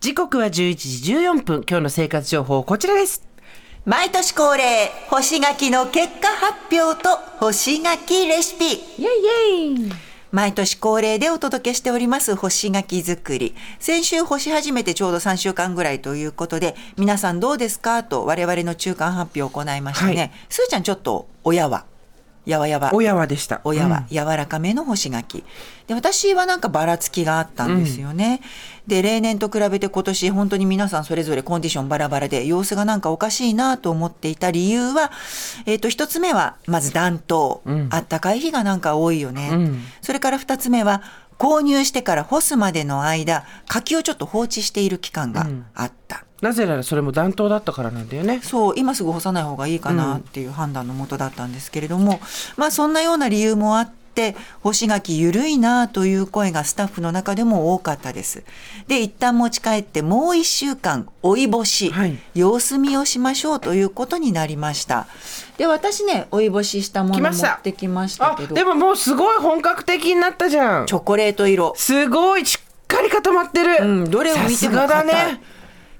時刻は11時14分。今日の生活情報、こちらです。毎年恒例、干し柿の結果発表と干し柿レシピ。イェイイェイ毎年恒例でお届けしております干し柿作り。先週干し始めてちょうど3週間ぐらいということで、皆さんどうですかと我々の中間発表を行いましたね。はいすーちゃんちょっと、おやわ。やわやわ。親はでした。親うはん柔らかめの干し柿。で、私はなんかばらつきがあったんですよね。で、例年と比べて今年本当に皆さんそれぞれコンディションバラバラで様子がなんかおかしいなと思っていた理由は、えっ、と、一つ目は、まず暖冬。んあったかい日がなんか多いよね。うんそれから二つ目は、購入してから干すまでの間、柿をちょっと放置している期間があった。なぜならそれも暖冬だったからなんだよね。そう今すぐ干さない方がいいかなっていう判断のもとだったんですけれども、まあそんなような理由もあって干し柿ゆるいなという声がスタッフの中でも多かったですで一旦持ち帰ってもう1週間追い干し、はい様子見をしましょうということになりましたで私ね追い干ししたも来の持ましたってきましたあけ、どでももうすごい本格的になったじゃんチ。ョコレート色すごいしっかり固まってる。うん、どれを見てもさすが硬だいね。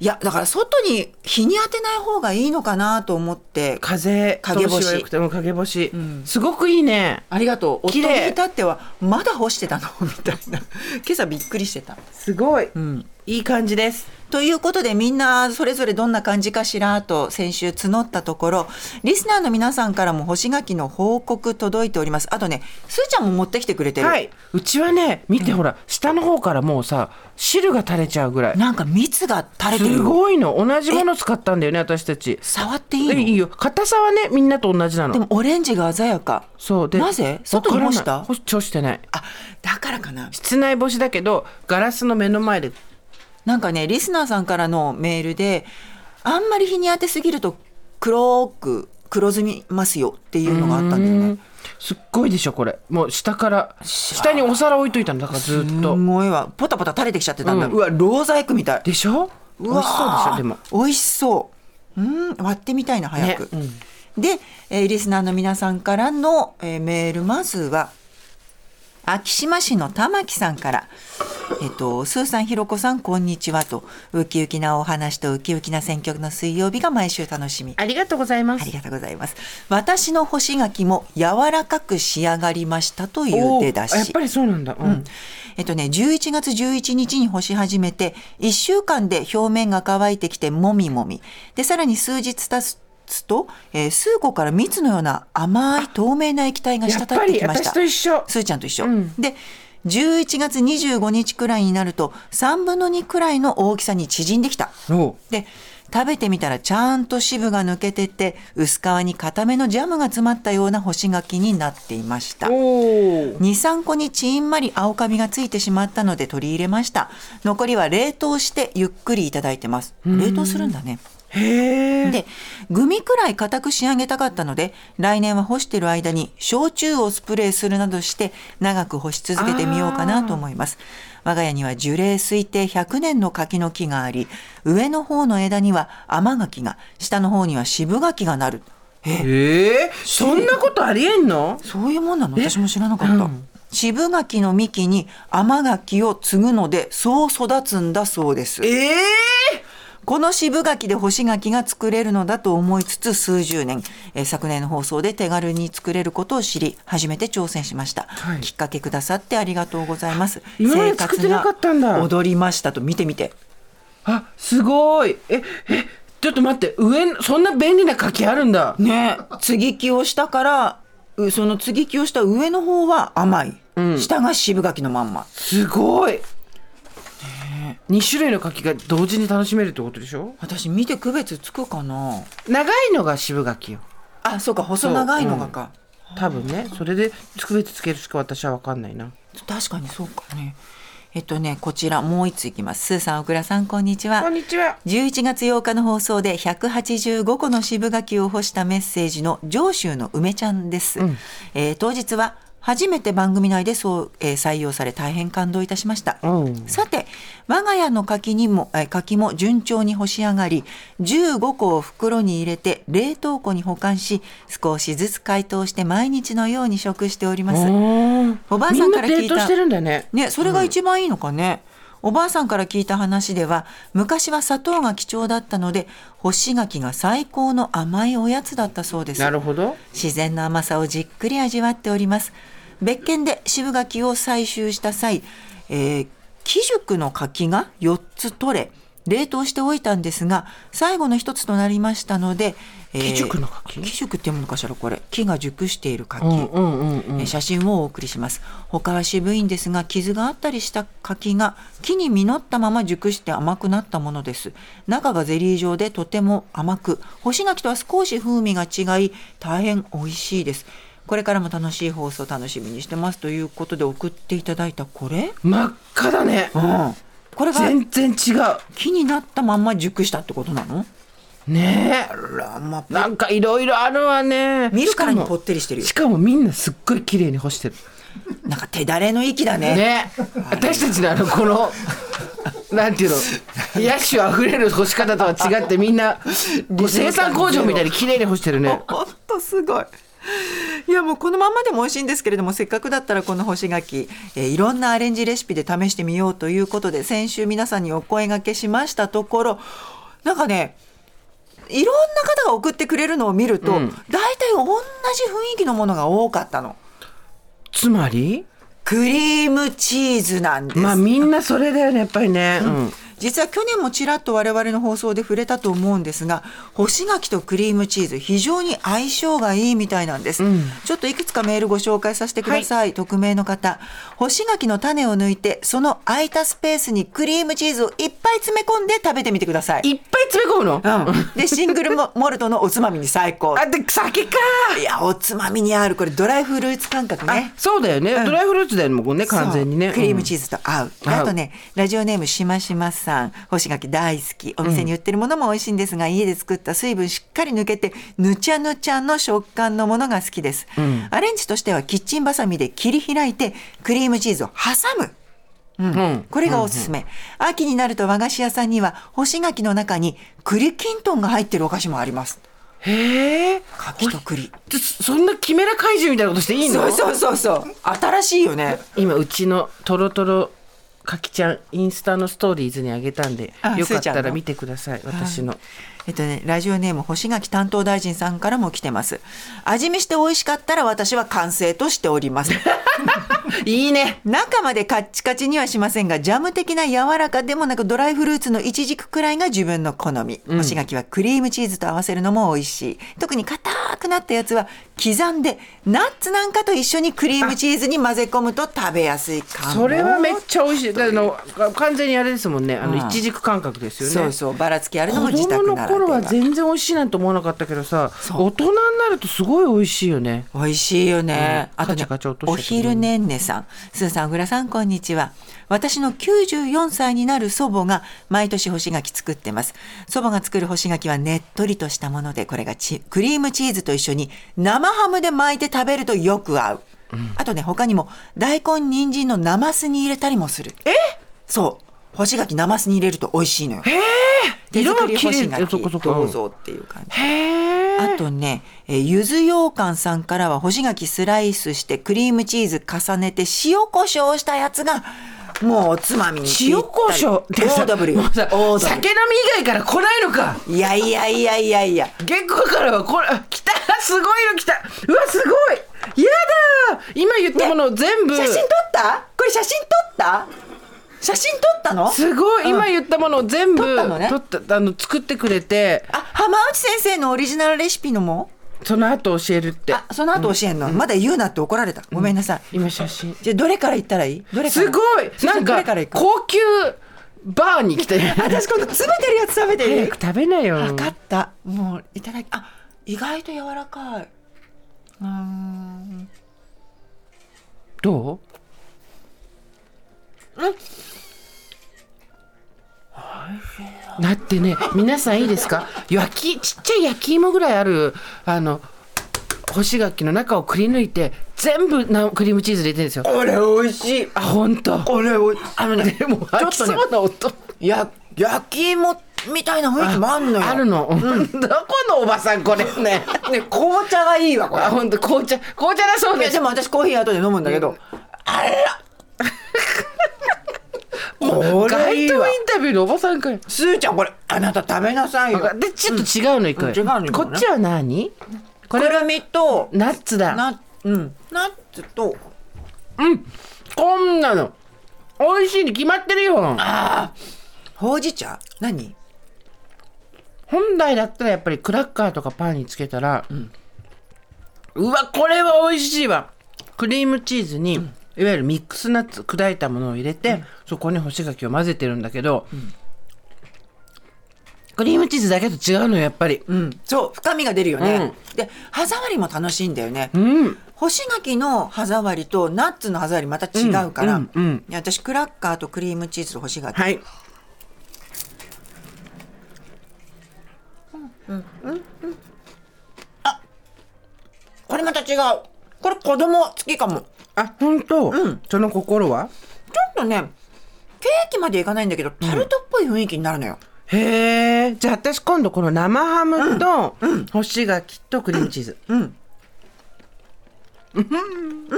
いやだから外に日に当てない方がいいのかなと思って風陰干し通は良くても陰干し、んすごくいいね。ありがとう。夫綺に麗至っては、まだ干してたのみたいな。 今朝びっくりしてた。すごい。うん。いい感じです。ということで、みんな、それぞれどんな感じかしら、と先週募ったところ、リスナーの皆さんからも干し柿の報告届いております。あとね、すーちゃんも持ってきてくれてる。はい。うちはね、見てほら、下の方からもうさ、汁が垂れちゃうぐらい。なんか蜜が垂れてる。すごいの。同じもの使ったんだよね、私たち。触っていいえのいいよ。硬さはね、みんなと同じなの。でも、オレンジが鮮やか。そうでなぜ外に干したわからない干し干してないあ、だからかな。室内干しだけどガラスの目の前でなんかね、リスナーさんからのメールで、あんまり日に当てすぎると、黒く、黒ずみますよっていうのがあったんだよね。すっごいでしょこれもう下から下にお皿置いといたのだからずーっすとごいわポタポタ垂れてきちゃってたんだ、ううんわローザイクみたいでしょ美味しそうでしょでも美味しそううん割ってみたいな早く、ねで、えーリスナーの皆さんからの、えーメールまずは昭島市の玉木さんから「えっと、スーさんひろこさんこんにちは」と「ウキウキなお話とウキウキな選曲の水曜日が毎週楽しみ」ありがとうございまあすりがとうございます私の干し柿も柔らかく仕上がりましたというお出ーだしあやっぱりそうなんだうんえっとね、11月11日に干し始めて、1週間で表面が乾いてきてもみもみ。で、さらに数日経つと、えー数個から蜜のような甘い透明な液体がや滴っってぱりきまし私た。と一緒すーちゃんと一緒。うんで、11月25日くらいになると、3分の2くらいの大きさに縮んできた。おで、食べてみたらちゃんと汁が抜けてて、薄皮に固めのジャムが詰まったような干し柿になっていました。お23個にちんまり青カビがついてしまったので取り入れました残りは冷凍してゆっくりいただいてます冷凍するんだねへえでグミくらい固く仕上げたかったので来年は干してる間に焼酎をスプレーするなどして長く干し続けてみようかなと思います我が家には樹齢推定100年の柿の木があり上の方の枝には甘柿が下の方には渋柿がなるへえそんなことありえんのそういうもんなの私も知らなかった。渋柿の幹に甘柿を継ぐのでそう育つんだそうです。ええこの渋柿で干し柿が作れるのだと思いつつ数十年、えー昨年の放送で手軽に作れることを知り初めて挑戦しました、はいきっかけくださってありがとうございます今まで作ってなかったんだ生活が踊りましたと見てみてあすごいええちょっと待って上そんな便利な柿あるんだねえ継ぎ木をしたからうその継ぎ木をした上の方は甘い、下が渋柿のまんますごい2種類の柿が同時に楽しめるってことでしょ私見て区別つくかな長いのが渋柿よあそうか細長いのがか、多分ねそれで区別つけるしか私は分かんないな確かにそうかねえっとね、こちらもう一ついきます。スーさん、小倉さん、こんにちは。こんにちは。 11月8日の放送で185個の渋柿を干したメッセージの上州の梅ちゃんです、えー当日は初めて番組内でそう、えー採用され大変感動いたしました、うんさて我が家の柿にも、えー柿も順調に干し上がり15個を袋に入れて冷凍庫に保管し少しずつ解凍して毎日のように食しておりますおおばあさんかみんなら聞いたデートしてるんだね。ね、それが一番いいのかね。おばあさんから聞いた話では昔は砂糖が貴重だったので干し柿が最高の甘いおやつだったそうですなるほど。自然の甘さをじっくり味わっております別件で渋柿を採集した際、えー、木熟の柿が4つ取れ冷凍しておいたんですが最後の1つとなりましたので、えー木熟の柿木熟って読むのかしらこれ木が熟している柿、うんうんうんうん。えー写真をお送りします他は渋いんですが傷があったりした柿が木に実ったまま熟して甘くなったものです中がゼリー状でとても甘く干し柿とは少し風味が違い大変美味しいですこれからも楽しい放送楽しみにしてますということで送っていただいたこれ、真っ赤だね。うん、これが全然違木になったまんま熟したってことなのう。ねらまえ。なんかいろいろあるわね。見るからにしぽってりしてるよしかもみんなすっごい綺麗に干してる。なんか手だれの息だねね私たちのあのこのなんていうの野手あふれる干し方とは違ってみんなこう生産工場みたいに綺麗に干してる ねほんとすごい。いやもうこのまんまでも美味しいんですけれどもせっかくだったらこの干し柿、えーいろんなアレンジレシピで試してみようということで先週皆さんにお声がけしましたところなんかねいろんな方が送ってくれるのを見ると、うん大体同じ雰囲気のものが多かったのつまりクリームチーズなんです、まあみんなそれだよねやっぱりね、うん実は去年もちらっと我々の放送で触れたと思うんですが干し柿とクリームチーズ非常に相性がいいみたいなんです、ちょっといくつかメールご紹介させてください、匿名の方干し柿の種を抜いてその空いたスペースにクリームチーズをいっぱい詰め込んで食べてみてください、いっぱい詰め込むの、うん、でシングルモモルトのおつまみに最高あで酒かいやおつまみにあるこれドライフルーツ感覚ねあそうだよね、うんドライフルーツだよねもうね完全にね、そうクリームチーーズと合う、合うあとねラジオネームしましまさん干し柿大好きお店に売ってるものも美味しいんですが、家で作った水分しっかり抜けてぬちゃぬちゃの食感のものが好きです、アレンジとしてはキッチンバサミで切り開いてクリームチーズを挟むズ、うんこれがおすすめ、秋になると和菓子屋さんには干し柿の中に栗きんとんが入ってるお菓子もありますへえ柿と栗そんなキメラ怪獣みたいなことしていいのそうそうそうそう新しいよね今うちのとろとろかきちゃんインスタのストーリーズにあげたんであよかスーっちゃたんらの見てください私の、えっとね、ラジオネーム星垣担当大臣さんからも来てます味見して美味しかったら私は完成としてお りますいいね中までカッチカチにはしませんがジャム的な柔らかでもなくドライフルーツのイチジクくらいが自分の好み、干し柿はクリームチーズと合わせるのも美味しい特に硬くなったやつは刻んでナッツなんかと一緒にクリームチーズに混ぜ込むと食べやすいかもそれはめっちゃ美味しい。だからあの完全にあれですもんね。あのうん一軸感覚ですよね。そうそうばらつきあるのも子自宅供なのらで頃はは全然美味しいなんて思わなかったけどさ、そう大人になるとすごい美味しいよね。美味しいよね。うんあとカねチャカチャ落とおした時に昼ねんねさん、すーさん、小倉さん、こんにちは。私の94歳になる祖母が毎年干し柿作ってます。祖母が作る干し柿はねっとりとしたもので、これがチクリームチーズと一緒に生ハムで巻いて食べるとよく合う。あとね、他にも大根、人参の生酢に入れたりもする。えそう。干し柿生酢に入れると美味しいのよ。手色作がり綺干し麗柿だそこそこ。どうぞっていう感じ。へえ。あとね、えーゆずようかんさんからは干し柿スライスしてクリームチーズ重ねて塩コショウしたやつがもうおつまみにぴったり塩コショウオ ードブ ルよもうさオードブル酒飲み以外から来ないのか。いやいやいやいやいや結構からはこれあ来たすごいの来た。うわすごい。やだー。今言ったもの全部。写真撮ったこれ写真撮った写真撮ったのすごい今言ったものを全部撮ったのね撮ったあの作ってくれてあ浜内先生のオリジナルレシピのもその後教えるってあその後教えんの、まだ言うなって怒られたごめんなさい、今写真じゃあどれから言ったらいいどれからすごいなんどかれから行く高級バーに来て 私今度詰めてるやつ食べていい早く食べなよわかった。もういただき、あ、意外と柔らかい。うーん。どうだってね皆さんいいですか焼きちっちゃい焼き芋ぐらいあるあの干し柿の中をくり抜いて全部なクリームチーズ入れてるんですよこれ美味しいあ本当これおいあのねでもちょ飽っきとそねうな音や焼き芋みたいな雰囲気もあんのよあるの、どこのおばさんこれねね紅茶がいいわこれ あ本当紅茶紅茶だそういでやすでも私コーヒー後で飲むんだけど、 あらこれ街いい頭わインタビューのおばさんかよすーちゃんこれあなた食べなさいよでちょっと違うのいくわよ、うん違うの行ここうねっちは何こくれるみとナッツだなうんナッツとこんなの美味しいに決まってるよほうじ茶何本来だったらやっぱりクラッカーとかパンにつけたら、うわこれは美味しいわクリームチーズに、いわゆるミックスナッツ砕いたものを入れて、そこに干し柿を混ぜてるんだけど、クリームチーズだけと違うのよやっぱりうんそう深みが出るよね、で歯触りも楽しいんだよね、うん干し柿の歯触りとナッツの歯触りまた違うから、うんうんうんいや私クラッカーとクリームチーズと干し柿、はいこれまた違うこれ子供好きかもあ本当、その心はちょっとねケーキまでいかないんだけどタルトっぽい雰囲気になるのよ、へえじゃあ私今度この生ハムと干し柿とクリームチーズうん、うん、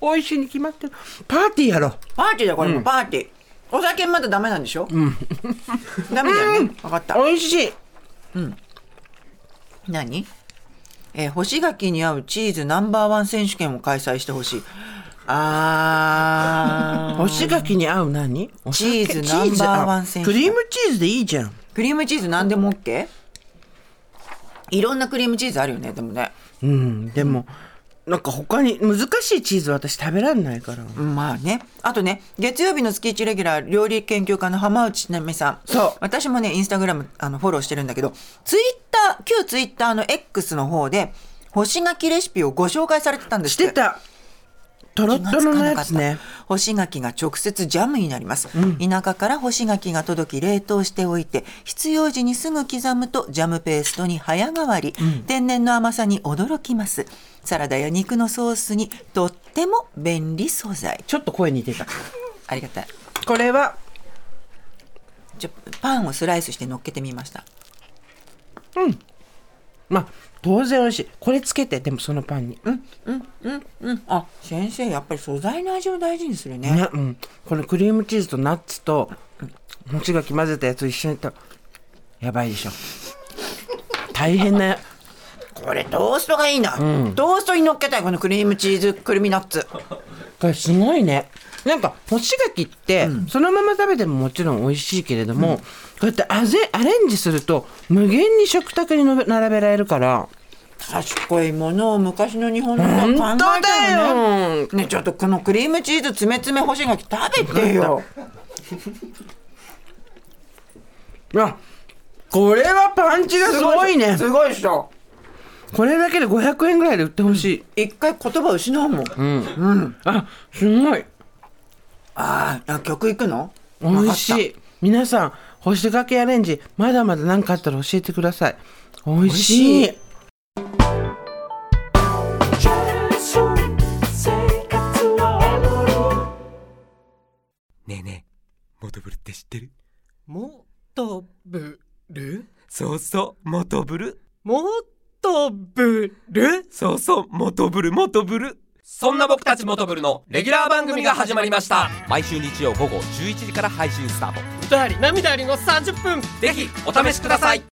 美味しいに決まってるパーティーやろパーティーだこれもパーティー、お酒まだダメなんでしょ、うダメだよね分かった美味しい何えー干し柿に合うチーズナンバーワン選手権を開催してほしいあ干し柿に合う何お酒チーズナンバーワン選ク手リームチーズでいいじゃんークリームチーズ何でも OK? いろんなクリームチーズあるよねでもねうんでもなんか他に難しいチーズ私食べられないからうんまあねあとね月曜日の月1レギュラー料理研究家の浜内ちなみさんそう私もねインスタグラムあのフォローしてるんだけどツイッター旧ツイッターの X の方で干し柿レシピをご紹介されてたんですしっててたとろ気っがとつろかのなやかっつたね干し柿が直接ジャムになります、田舎から干し柿が届き冷凍しておいて必要時にすぐ刻むとジャムペーストに早変わり、天然の甘さに驚きますサラダや肉のソースにとっても便利素材ちょっと声似てたありがたいこれはじゃパンをスライスして乗っけてみましたまあ当然美味しいこれつけてでもそのパンにうんあ先生やっぱり素材の味を大事にするねね、うん、このクリームチーズとナッツともちがき混ぜたやつを一緒にとやばいでしょ大変なこれトーストがいいな、トーストに乗っけたいこのクリームチーズくるみナッツこれすごいねなんか干し柿って、そのまま食べてももちろん美味しいけれども、こうやってアゼアレンジすると無限に食卓にのべ並べられるから賢いものを昔の日本の人は本考え当ただよねよねちょっとこのクリームチーズつめつめ干し柿食べてよいやこれはパンチがすごいねすごいっしょこれだけで500円ぐらいで売ってほしい、一回言葉失うもん、あすごいああ曲いくの美味しい皆さん干し柿アレンジまだまだ何かあったら教えてください美味しい美味しいねえねえ、モトブルって知ってるもとぶるそうそう、モトブル。もとぶるそうそう、モトブル、モトブル。そんな僕たちモトブルのレギュラー番組が始まりました毎週日曜午後11時から配信スタート。歌あり涙ありの30分ぜひお試しください